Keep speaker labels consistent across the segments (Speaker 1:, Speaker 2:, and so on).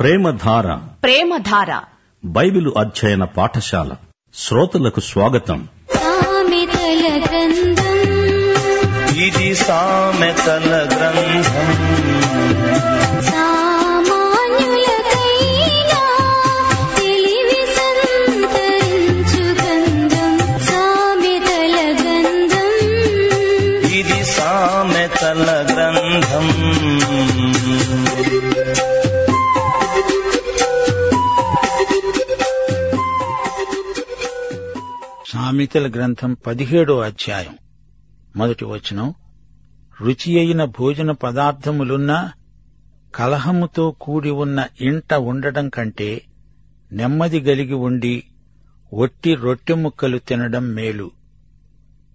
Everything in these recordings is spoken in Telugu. Speaker 1: ప్రేమధార
Speaker 2: ప్రేమధార
Speaker 1: బైబిలు అధ్యయన పాఠశాల శ్రోతలకు స్వాగతం
Speaker 3: సామెతల గ్రంథం
Speaker 4: ఇది సామెతల గ్రంథం
Speaker 3: సామాన్యులకైనా తెలివి సంతరించు గ్రంథం సామెతల గ్రంథం
Speaker 4: ఇది సామెతల గ్రంథం
Speaker 5: సామెతల గ్రంథం పదిహేడో అధ్యాయం మొదటి వచనం రుచి అయిన భోజన పదార్థములున్న కలహముతో కూడి ఉన్న ఇంట ఉండటం కంటే నెమ్మది గలిగి ఉండి ఒట్టి రొట్టె ముక్కలు తినడం మేలు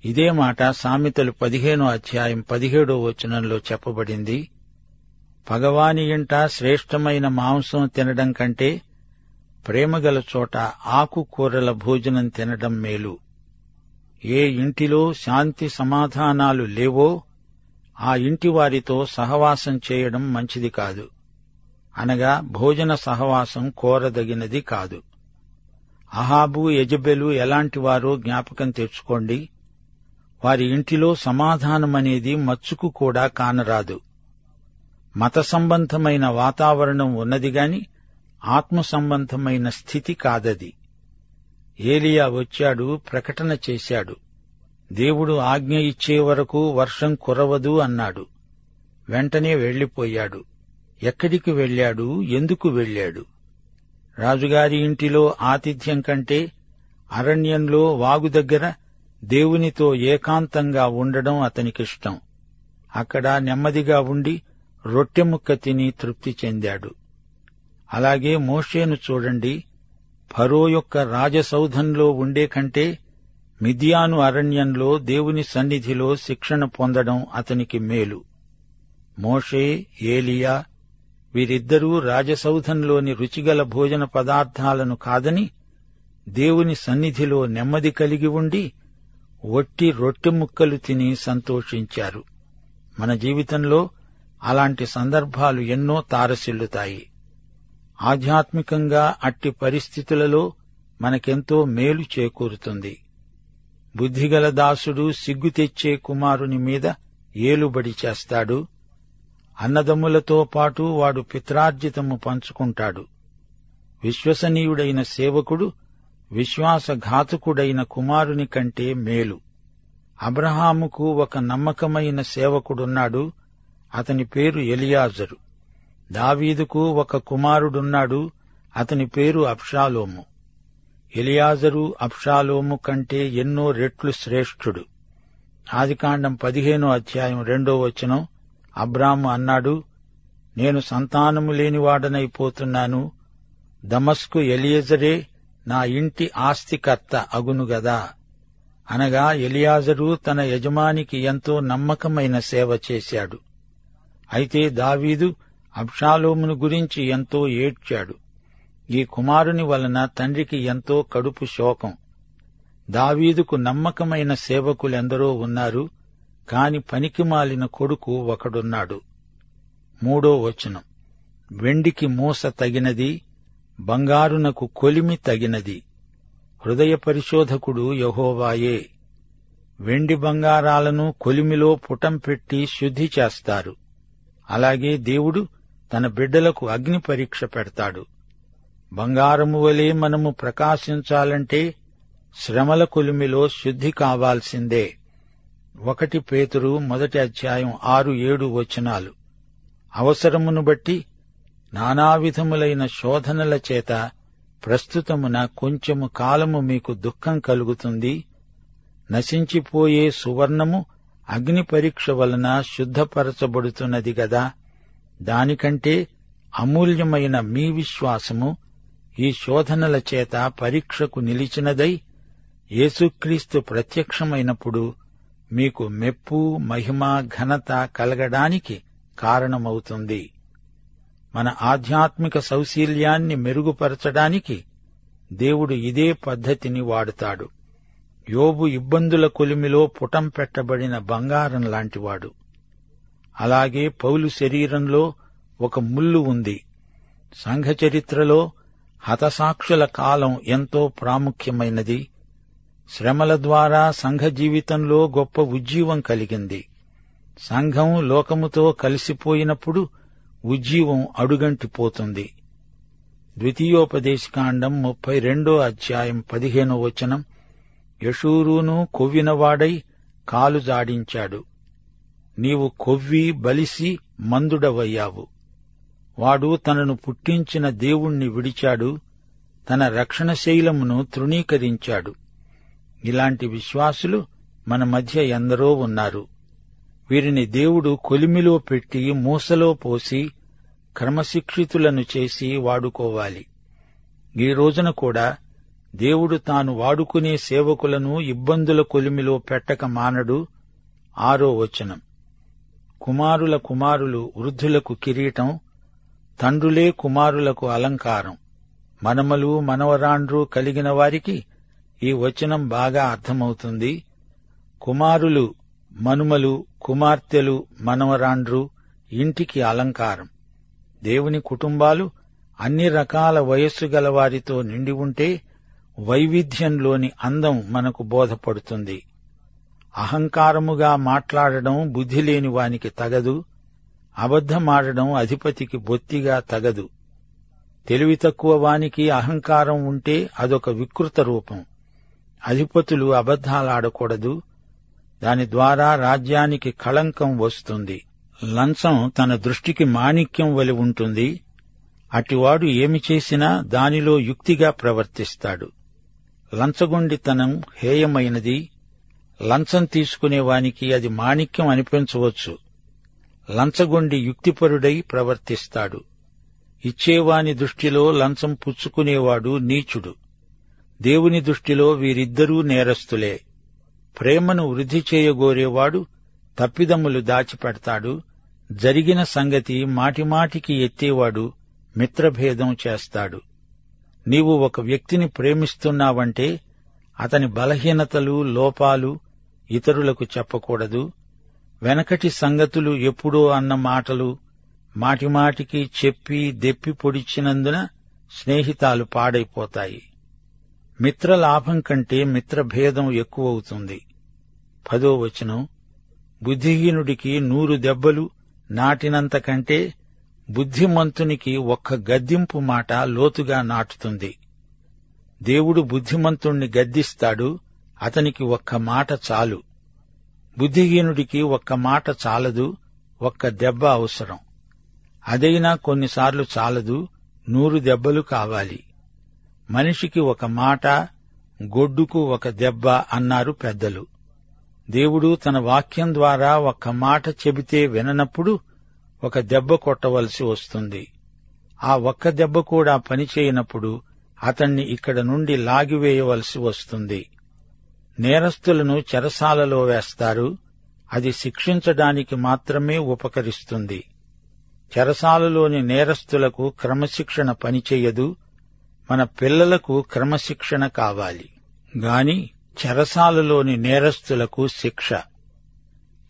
Speaker 5: ఇదే మాట సామెతలు పదిహేనో అధ్యాయం పదిహేడో వచనంలో చెప్పబడింది పగవాని ఇంట శ్రేష్టమైన మాంసం తినడం కంటే ప్రేమగల చోట ఆకుకూరల భోజనం తినడం మేలు ఏ ఇంటిలో శాంతి సమాధానాలు లేవో ఆ ఇంటి వారితో సహవాసం చేయడం మంచిది కాదు అనగా భోజన సహవాసం కోరదగినది కాదు అహాబు యజబెలు ఎలాంటి వారో జ్ఞాపకం తెచ్చుకోండి వారి ఇంటిలో సమాధానమనేది మచ్చుకు కూడా కానరాదు మత సంబంధమైన వాతావరణం ఉన్నది గాని ఆత్మ సంబంధమైన స్థితి కాదది ఏలియా వచ్చాడు ప్రకటన చేశాడు దేవుడు ఆజ్ఞ ఇచ్చే వరకు వర్షం కురవదు అన్నాడు వెంటనే వెళ్లిపోయాడు ఎక్కడికి వెళ్ళాడు ఎందుకు వెళ్ళాడు రాజుగారి ఇంటిలో ఆతిథ్యం కంటే అరణ్యంలో వాగు దగ్గర దేవునితో ఏకాంతంగా ఉండడం అతనికిష్టం అక్కడ నెమ్మదిగా ఉండి రొట్టె ముక్క తిని తృప్తి చెందాడు అలాగే మోషేను చూడండి ఫరో యొక్క రాజసౌధంలో ఉండే కంటే మిథియాను అరణ్యంలో దేవుని సన్నిధిలో శిక్షణ పొందడం అతనికి మేలు మోషే ఏలియా వీరిద్దరూ రాజసౌధంలోని రుచిగల భోజన పదార్థాలను కాదని దేవుని సన్నిధిలో నెమ్మది కలిగి ఉండి ఒట్టి రొట్టె ముక్కలు తిని సంతోషించారు మన జీవితంలో అలాంటి సందర్భాలు ఎన్నో తారసిల్లుతాయి ఆధ్యాత్మికంగా అట్టి పరిస్థితులలో మనకెంతో మేలు చేకూరుతుంది బుద్ధిగల దాసుడు సిగ్గు తెచ్చే కుమారుని మీద ఏలుబడి చేస్తాడు అన్నదమ్ములతో పాటు వాడు పిత్రార్జితము పంచుకుంటాడు విశ్వసనీయుడైన సేవకుడు విశ్వాసఘాతకుడైన కుమారుని కంటే మేలు అబ్రహాముకు ఒక నమ్మకమైన సేవకుడున్నాడు అతని పేరు ఎలియాజరు దావీదుకు ఒక కుమారుడున్నాడు అతని పేరు అప్షాలోము ఎలియాజరు అప్షాలోము కంటే ఎన్నో రెట్లు శ్రేష్ఠుడు ఆదికాండం పదిహేనో అధ్యాయం రెండో వచనం అబ్రాము అన్నాడు నేను సంతానము లేనివాడనైపోతున్నాను దమస్కు ఎలియజరే నా ఇంటి ఆస్తికర్త అగునుగదా అనగా ఎలియాజరు తన యజమానికి ఎంతో నమ్మకమైన సేవ చేశాడు అయితే దావీదు అబ్షాలోమును గురించి ఎంతో ఏడ్చాడు ఈ కుమారుని వలన తండ్రికి ఎంతో కడుపు శోకం దావీదుకు నమ్మకమైన సేవకులెందరో ఉన్నారు కాని పనికిమాలిన కొడుకు ఒకడున్నాడు మూడో వచనం వెండికి మూస తగినది బంగారునకు కొలిమి తగినది హృదయ పరిశోధకుడు యహోవాయే వెండి బంగారాలను కొలిమిలో పుటం పెట్టి శుద్ధి చేస్తారు అలాగే దేవుడు తన బిడ్డలకు అగ్ని పరీక్ష పెడతాడు బంగారము వలె మనము ప్రకాశించాలంటే శ్రమల కొలిమిలో శుద్ధి కావాల్సిందే ఒకటి పేతురు మొదటి అధ్యాయం ఆరు ఏడు వచనాలు అవసరమును బట్టి నానావిధములైన శోధనల చేత ప్రస్తుతమున కొంచెము కాలము మీకు దుఃఖం కలుగుతుంది నశించిపోయే సువర్ణము అగ్ని పరీక్ష వలన శుద్ధపరచబడుతున్నది గదా దానికంటే అమూల్యమైన మీ విశ్వాసము ఈ శోధనల చేత పరీక్షకు నిలిచినదై యేసుక్రీస్తు ప్రత్యక్షమైనప్పుడు మీకు మెప్పు మహిమ ఘనత కలగడానికి కారణమవుతుంది మన ఆధ్యాత్మిక సౌశీల్యాన్ని మెరుగుపరచడానికి దేవుడు ఇదే పద్ధతిని వాడుతాడు యోబు ఇబ్బందుల కొలిమిలో పుటం పెట్టబడిన బంగారం లాంటివాడు అలాగే పౌలు శరీరంలో ఒక ముల్లు ఉంది సంఘ చరిత్రలో హతసాక్షుల కాలం ఎంతో ప్రాముఖ్యమైనది శ్రమల ద్వారా సంఘ జీవితంలో గొప్ప ఉజ్జీవం కలిగింది సంఘం లోకముతో కలిసిపోయినప్పుడు ఉజ్జీవం అడుగంటిపోతుంది ద్వితీయోపదేశకాండం ముప్పై రెండో అధ్యాయం పదిహేనో వచనం యషూరూను కొవ్వినవాడై కాలు జాడించాడు నీవు కొవ్వి బలిసి మందుడవయ్యావు వాడు తనను పుట్టించిన దేవుణ్ణి విడిచాడు తన రక్షణ శైలమును తృణీకరించాడు ఇలాంటి విశ్వాసులు మన మధ్య ఎందరో ఉన్నారు వీరిని దేవుడు కొలిమిలో పెట్టి మూసలో పోసి క్రమశిక్షితులను చేసి వాడుకోవాలి ఈ రోజున కూడా దేవుడు తాను వాడుకునే సేవకులను ఇబ్బందుల కొలిమిలో పెట్టక మానడు ఆరో వచనం కుమారుల కుమారులు వృద్ధులకు కిరీటం తండ్రులే కుమారులకు అలంకారం మనమలు మనవరాండ్రు కలిగిన వారికి ఈ వచనం బాగా అర్థమవుతుంది కుమారులు మనుమలు కుమార్తెలు మనవరాండ్రు ఇంటికి అలంకారం దేవుని కుటుంబాలు అన్ని రకాల వయస్సు గల వారితో నిండి ఉంటే వైవిధ్యంలోని అందం మనకు బోధపడుతుంది అహంకారముగా మాట్లాడడం బుద్ధి లేని వానికి తగదు అబద్ధమాడడం అధిపతికి బొత్తిగా తగదు తెలివి తక్కువ వానికి అహంకారం ఉంటే అదొక వికృత రూపం అధిపతులు అబద్ధాలాడకూడదు దాని ద్వారా రాజ్యానికి కళంకం వస్తుంది లంచం తన దృష్టికి మాణిక్యం వలి ఉంటుంది అటివాడు ఏమి చేసినా దానిలో యుక్తిగా ప్రవర్తిస్తాడు లంచగొండితనం హేయమైనది లంచం తీసుకునేవానికి అది మాణిక్యం అనిపించవచ్చు లంచగొండి యుక్తిపరుడై ప్రవర్తిస్తాడు ఇచ్చేవాని దృష్టిలో లంచం పుచ్చుకునేవాడు నీచుడు దేవుని దృష్టిలో వీరిద్దరూ నేరస్తులే ప్రేమను వృద్ధి చేయగోరేవాడు తప్పిదమ్ములు దాచిపెడతాడు జరిగిన సంగతి మాటిమాటికి ఎత్తేవాడు మిత్రభేదం చేస్తాడు నీవు ఒక వ్యక్తిని ప్రేమిస్తున్నావంటే అతని బలహీనతలు లోపాలు ఇతరులకు చెప్పకూడదు వెనకటి సంగతులు ఎప్పుడో అన్న మాటలు మాటిమాటికి చెప్పి దెప్పి పొడిచినందున స్నేహితాలు పాడైపోతాయి మిత్రలాభం కంటే మిత్రభేదం ఎక్కువవుతుంది పదో వచనం బుద్ధిహీనుడికి నూరు దెబ్బలు నాటినంతకంటే బుద్ధిమంతునికి ఒక్క గద్దింపు మాట లోతుగా నాటుతుంది దేవుడు బుద్ధిమంతుణ్ణి గద్దిస్తాడు అతనికి ఒక్క మాట చాలు బుద్ధిహీనుడికి ఒక్క మాట చాలదు ఒక్క దెబ్బ అవసరం అదైనా కొన్నిసార్లు చాలదు నూరు దెబ్బలు కావాలి మనిషికి ఒక మాట గొడ్డుకు ఒక దెబ్బ అన్నారు పెద్దలు దేవుడు తన వాక్యం ద్వారా ఒక్క మాట చెబితే విననప్పుడు ఒక దెబ్బ కొట్టవలసి వస్తుంది ఆ ఒక్క దెబ్బ కూడా పనిచేయనప్పుడు అతణ్ణి ఇక్కడ నుండి లాగివేయవలసి వస్తుంది నేరస్తులను చెరసాలలో వేస్తారు అది శిక్షించడానికి మాత్రమే ఉపకరిస్తుంది చెరసాలలోని నేరస్తులకు క్రమశిక్షణ పనిచేయదు మన పిల్లలకు క్రమశిక్షణ కావాలి గాని చెరసాలలోని నేరస్తులకు శిక్ష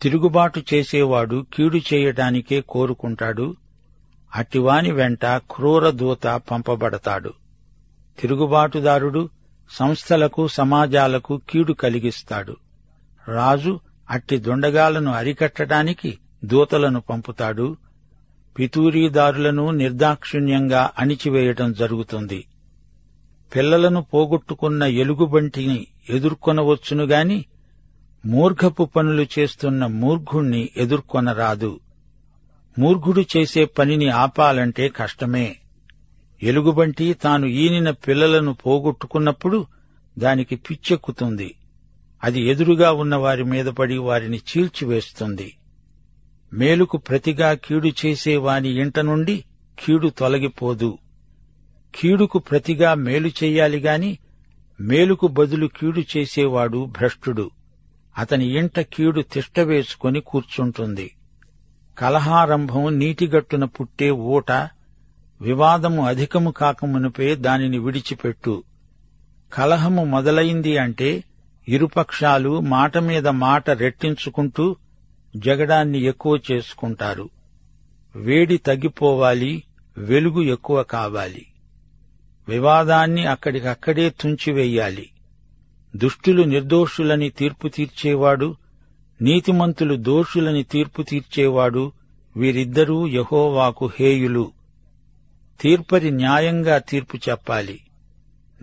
Speaker 5: తిరుగుబాటు చేసేవాడు కీడు చేయటానికే కోరుకుంటాడు అటివాని వెంట క్రూర దూత పంపబడతాడు తిరుగుబాటుదారుడు సంస్థలకు సమాజాలకు కీడు కలిగిస్తాడు రాజు అట్టి దొండగాలను అరికట్టడానికి దూతలను పంపుతాడు పితూరీదారులను నిర్దాక్షిణ్యంగా అణిచివేయటం జరుగుతుంది పిల్లలను పోగొట్టుకున్న ఎలుగుబంటిని ఎదుర్కొనవచ్చును గాని మూర్ఖపు పనులు చేస్తున్న మూర్ఘుణ్ణి ఎదుర్కొనరాదు మూర్ఘుడు చేసే పనిని ఆపాలంటే కష్టమే ఎలుగుబంటి తాను ఈనిన పిల్లలను పోగొట్టుకున్నప్పుడు దానికి పిచ్చెక్కుతుంది అది ఎదురుగా ఉన్న వారి మీద పడి వారిని చీల్చివేస్తుంది మేలుకు ప్రతిగా కీడు చేసే వాని ఇంట నుండి కీడు తొలగిపోదు కీడుకు ప్రతిగా మేలు చేయాలి గాని మేలుకు బదులు కీడు చేసేవాడు భ్రష్టుడు అతని ఇంట కీడు తిష్టవేసుకుని కూర్చుంటుంది కలహారంభం నీటిగట్టున పుట్టే ఊట వివాదము అధికము కాకమునుపే దానిని విడిచిపెట్టు కలహము మొదలైంది అంటే ఇరుపక్షాలు మాట మీద మాట రెట్టించుకుంటూ జగడాన్ని ఎక్కువ చేసుకుంటారు వేడి తగ్గిపోవాలి వెలుగు ఎక్కువ కావాలి వివాదాన్ని అక్కడికక్కడే తుంచివేయాలి దుష్టులు నిర్దోషులని తీర్పు తీర్చేవాడు నీతిమంతులు దోషులని తీర్పు తీర్చేవాడు వీరిద్దరూ యహోవాకు హేయులు తీర్పరి న్యాయంగా తీర్పు చెప్పాలి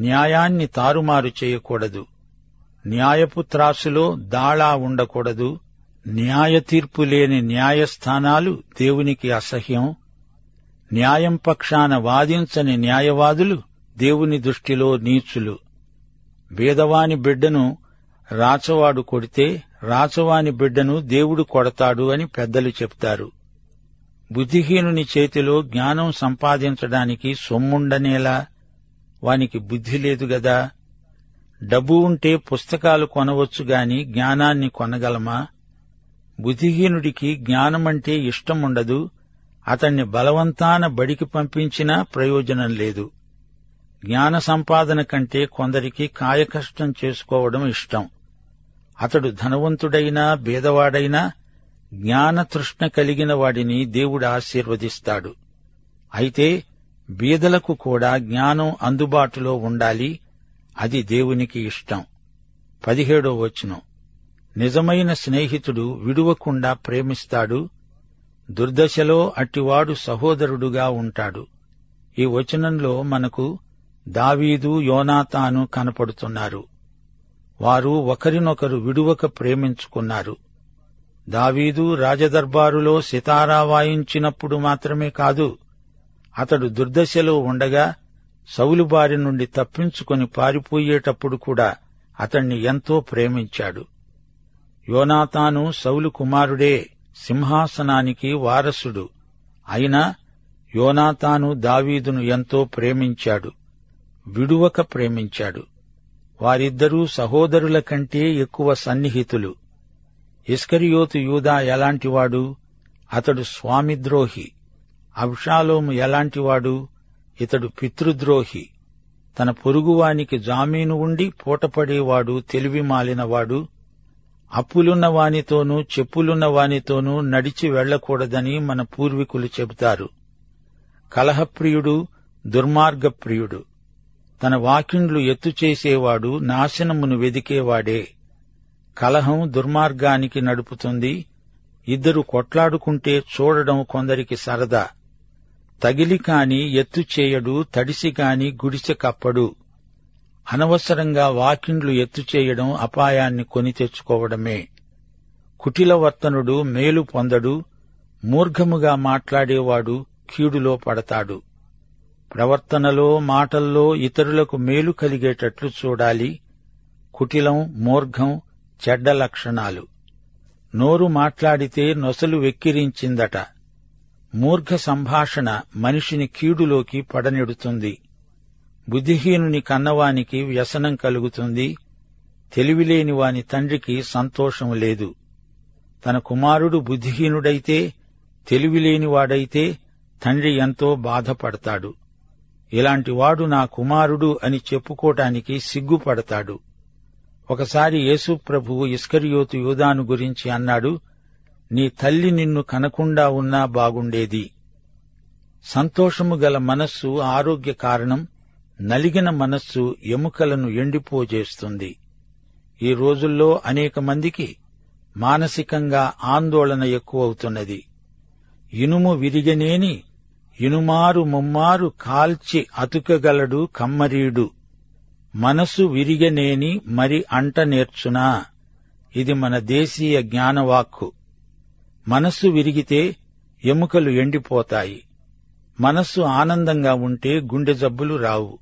Speaker 5: న్యాయాన్ని తారుమారు చేయకూడదు న్యాయపు త్రాసులో దాళా ఉండకూడదు న్యాయ తీర్పు లేని న్యాయస్థానాలు దేవునికి అసహ్యం న్యాయం పక్షాన వాదించని న్యాయవాదులు దేవుని దృష్టిలో నీచులు బీదవాని బిడ్డను రాచవాడు కొడితే రాచవాని బిడ్డను దేవుడు కొడతాడు అని పెద్దలు చెప్తారు బుద్ధిహీనుని చేతిలో జ్ఞానం సంపాదించడానికి సొమ్ముండనేలా వానికి బుద్ధి లేదు గదా డబ్బు ఉంటే పుస్తకాలు కొనవచ్చు గాని జ్ఞానాన్ని కొనగలమా బుద్ధిహీనుడికి జ్ఞానమంటే ఇష్టం ఉండదు అతన్ని బలవంతాన బడికి పంపించినా ప్రయోజనం లేదు జ్ఞాన సంపాదన కంటే కొందరికి కాయకష్టం చేసుకోవడం ఇష్టం అతడు ధనవంతుడైనా బేదవాడైనా జ్ఞానతృష్ణ కలిగిన వాడిని దేవుడు ఆశీర్వదిస్తాడు అయితే బీదలకు కూడా జ్ఞానం అందుబాటులో ఉండాలి అది దేవునికి ఇష్టం పదిహేడో వచనం నిజమైన స్నేహితుడు విడువకుండా ప్రేమిస్తాడు దుర్దశలో అట్టివాడు సహోదరుడుగా ఉంటాడు ఈ వచనంలో మనకు దావీదు యోనాతాను కనపడుతున్నారు వారు ఒకరినొకరు విడువక ప్రేమించుకున్నారు దావీదు రాజదర్బారులో సితారా వాయించినప్పుడు మాత్రమే కాదు అతడు దుర్దశలో ఉండగా సౌలు బారి నుండి తప్పించుకొని పారిపోయేటప్పుడు కూడా అతణ్ణి ఎంతో ప్రేమించాడు యోనాతాను సౌలు కుమారుడే సింహాసనానికి వారసుడు అయినా యోనాతాను దావీదును ఎంతో ప్రేమించాడు విడువక ప్రేమించాడు వారిద్దరూ సహోదరుల కంటే ఎక్కువ సన్నిహితులు ఇస్కరియోతు యూదా ఎలాంటివాడు అతడు స్వామిద్రోహి అబ్షాలోము ఎలాంటివాడు ఇతడు పితృద్రోహి తన పొరుగువానికి జామీను ఉండి పూటపడేవాడు తెలివి మాలినవాడు అప్పులున్న వానితోనూ చెప్పులున్న వానితోనూ నడిచి వెళ్ళకూడదని మన పూర్వీకులు చెబుతారు కలహప్రియుడు దుర్మార్గప్రియుడు తన వాకిండ్లు ఎత్తు చేసేవాడు నాశనమును వెదికేవాడే కలహం దుర్మార్గానికి నడుపుతుంది ఇద్దరు కొట్లాడుకుంటే చూడడం కొందరికి సరదా తగిలి కాని ఎత్తు చేయడు తడిసి కాని గుడిసె కప్పడు అనవసరంగా వాకిండ్లు ఎత్తు చేయడం అపాయాన్ని కొని తెచ్చుకోవడమే కుటిలవర్తనుడు మేలు పొందడు మూర్ఘముగా మాట్లాడేవాడు కీడులో పడతాడు ప్రవర్తనలో మాటల్లో ఇతరులకు మేలు కలిగేటట్లు చూడాలి కుటిలం మూర్ఘం చెడ్డ లక్షణాలు నోరు మాట్లాడితే నొసలు వెక్కిరించిందట మూర్ఖ సంభాషణ మనిషిని కీడులోకి పడనెడుతుంది బుద్ధిహీనుని కన్నవానికి వ్యసనం కలుగుతుంది తెలివిలేని వాని తండ్రికి సంతోషం లేదు తన కుమారుడు బుద్ధిహీనుడైతే తెలివిలేనివాడైతే తండ్రి ఎంతో బాధపడతాడు ఇలాంటివాడు నా కుమారుడు అని చెప్పుకోటానికి సిగ్గుపడతాడు ఒకసారి యేసు ప్రభువు ఇస్కరియోతు యూదాను గురించి అన్నాడు నీ తల్లి నిన్ను కనకుండా ఉన్నా బాగుండేది సంతోషము గల మనస్సు ఆరోగ్య కారణం నలిగిన మనస్సు ఎముకలను ఎండిపోజేస్తుంది ఈ రోజుల్లో అనేక మందికి మానసికంగా ఆందోళన ఎక్కువవుతున్నది ఇనుము విరిగనేని ఇనుమారు ముమ్మారు కాల్చి అతుకగలడు కమ్మరీడు మనసు విరిగనేని మరి అంట నేర్చునా ఇది మన దేశీయ జ్ఞానవాక్కు మనస్సు విరిగితే ఎముకలు ఎండిపోతాయి మనస్సు ఆనందంగా ఉంటే గుండె జబ్బులు రావు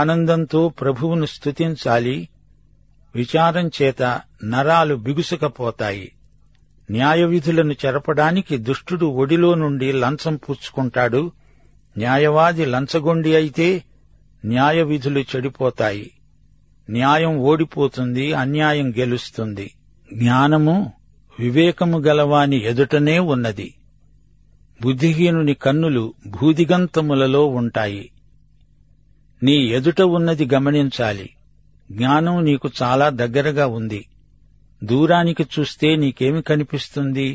Speaker 5: ఆనందంతో ప్రభువును స్తుతించాలి విచారం చేత నరాలు బిగుసుకపోతాయి న్యాయవిధులను చెరపడానికి దుష్టుడు ఒడిలో నుండి లంచం పుచ్చుకుంటాడు న్యాయవాది లంచగొండి అయితే న్యాయవిధులు చెడిపోతాయి న్యాయం ఓడిపోతుంది అన్యాయం గెలుస్తుంది జ్ఞానము వివేకము గలవాని ఎదుటనే ఉన్నది బుద్ధిహీనుని కన్నులు భూదిగంతములలో ఉంటాయి నీ ఎదుట ఉన్నది గమనించాలి జ్ఞానం నీకు చాలా దగ్గరగా ఉంది దూరానికి చూస్తే నీకేమి కనిపిస్తుంది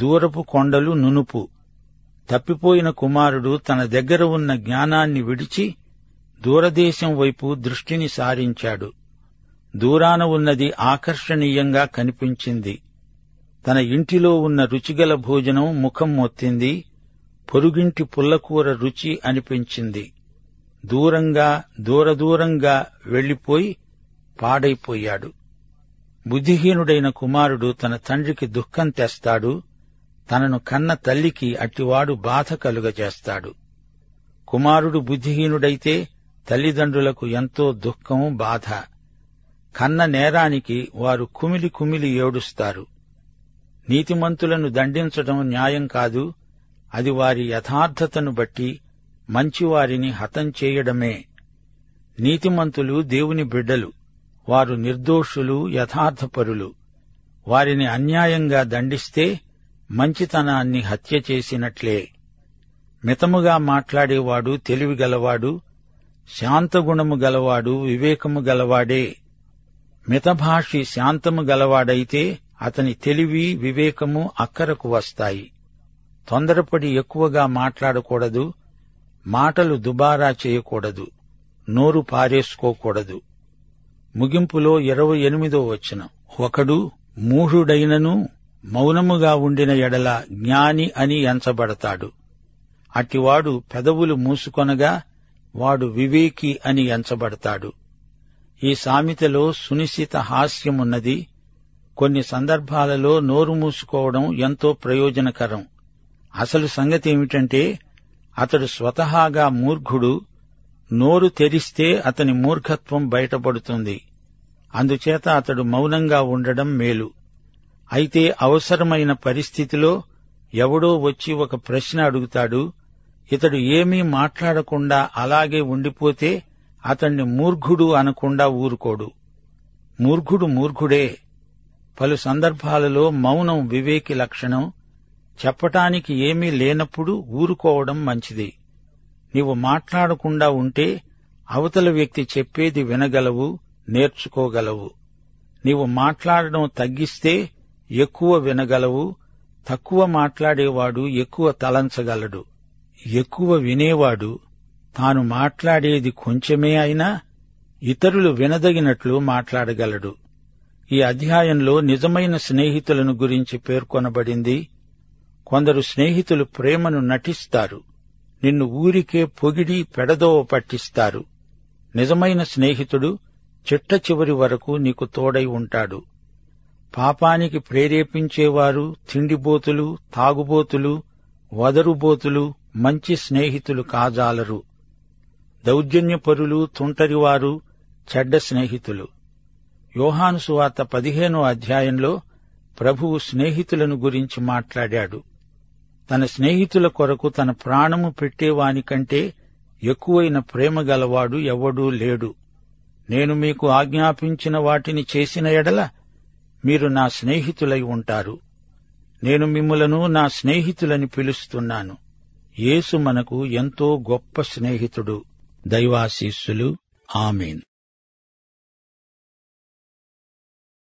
Speaker 5: దూరపు కొండలు నునుపు తప్పిపోయిన కుమారుడు తన దగ్గర ఉన్న జ్ఞానాన్ని విడిచి దూరదేశం వైపు దృష్టిని సారించాడు దూరాన ఉన్నది ఆకర్షణీయంగా కనిపించింది తన ఇంటిలో ఉన్న రుచిగల భోజనం ముఖం మొత్తింది పొరుగింటి పుల్లకూర రుచి అనిపించింది దూరంగా దూరదూరంగా వెళ్లిపోయి పాడైపోయాడు బుద్ధిహీనుడైన కుమారుడు తన తండ్రికి దుఃఖం తెస్తాడు తనను కన్న తల్లికి అట్టివాడు బాధ కలుగజేస్తాడు కుమారుడు బుద్ధిహీనుడైతే తల్లిదండ్రులకు ఎంతో దుఃఖం బాధ కన్న నేరానికి వారు కుమిలి కుమిలి ఏడుస్తారు నీతిమంతులను దండించడం న్యాయం కాదు అది వారి యథార్థతను బట్టి మంచివారిని హతం చేయడమే నీతిమంతులు దేవుని బిడ్డలు వారు నిర్దోషులు యథార్థపరులు వారిని అన్యాయంగా దండిస్తే మంచితనాన్ని హత్య చేసినట్లే మితముగా మాట్లాడేవాడు తెలివిగలవాడు శాంతగుణము గలవాడు వివేకము గలవాడే మితభాషి శాంతము గలవాడైతే అతని తెలివి వివేకము అక్కరకు వస్తాయి తొందరపడి ఎక్కువగా మాట్లాడకూడదు మాటలు దుబారా చేయకూడదు నోరు పారేసుకోకూడదు ముగింపులో ఇరవై ఎనిమిదో వచనం ఒకడు మూఢుడైనను మౌనముగా ఉండిన ఎడల జ్ఞాని అని ఎంచబడతాడు అటివాడు పెదవులు మూసుకొనగా వాడు వివేకి అని ఎంచబడతాడు ఈ సామెతలో సునిశ్చిత హాస్యమున్నది కొన్ని సందర్భాలలో నోరు మూసుకోవడం ఎంతో ప్రయోజనకరం అసలు సంగతి ఏమిటంటే అతడు స్వతహాగా మూర్ఖుడు నోరు తెరిస్తే అతని మూర్ఖత్వం బయటపడుతుంది అందుచేత అతడు మౌనంగా ఉండడం మేలు అయితే అవసరమైన పరిస్థితిలో ఎవడో వచ్చి ఒక ప్రశ్న అడుగుతాడు ఇతడు ఏమీ మాట్లాడకుండా అలాగే ఉండిపోతే అతణ్ణి మూర్ఖుడు అనకుండా ఊరుకోడు మూర్ఖుడు మూర్ఖుడే పలు సందర్భాలలో మౌనం వివేకి లక్షణం చెప్పటానికి ఏమీ లేనప్పుడు ఊరుకోవడం మంచిది నీవు మాట్లాడకుండా ఉంటే అవతల వ్యక్తి చెప్పేది వినగలవు నేర్చుకోగలవు నీవు మాట్లాడడం తగ్గిస్తే ఎక్కువ వినగలవు తక్కువ మాట్లాడేవాడు ఎక్కువ తలంచగలడు ఎక్కువ వినేవాడు తాను మాట్లాడేది కొంచెమే అయినా ఇతరులు వినదగినట్లు మాట్లాడగలడు ఈ అధ్యాయంలో నిజమైన స్నేహితులను గురించి పేర్కొనబడింది కొందరు స్నేహితులు ప్రేమను నటిస్తారు నిన్ను ఊరికే పొగిడి పెడదోవ పట్టిస్తారు నిజమైన స్నేహితుడు చిట్ట చివరి వరకు నీకు తోడై ఉంటాడు పాపానికి ప్రేరేపించేవారు తిండిబోతులు తాగుబోతులు వదరుబోతులు మంచి స్నేహితులు కాజాలరు దౌర్జన్యపరులు తుంటరివారు చెడ్డ స్నేహితులు యోహాను సువార్త పదిహేనో అధ్యాయంలో ప్రభువు స్నేహితులను గురించి మాట్లాడాడు తన స్నేహితుల కొరకు తన ప్రాణము పెట్టేవానికంటే ఎక్కువైన ప్రేమ గలవాడు ఎవడూ లేడు నేను మీకు ఆజ్ఞాపించిన వాటిని చేసిన ఎడల మీరు నా స్నేహితులై ఉంటారు నేను మిమ్ములను నా స్నేహితులని పిలుస్తున్నాను యేసు మనకు ఎంతో గొప్ప స్నేహితుడు దైవాశీస్సులు ఆమెన్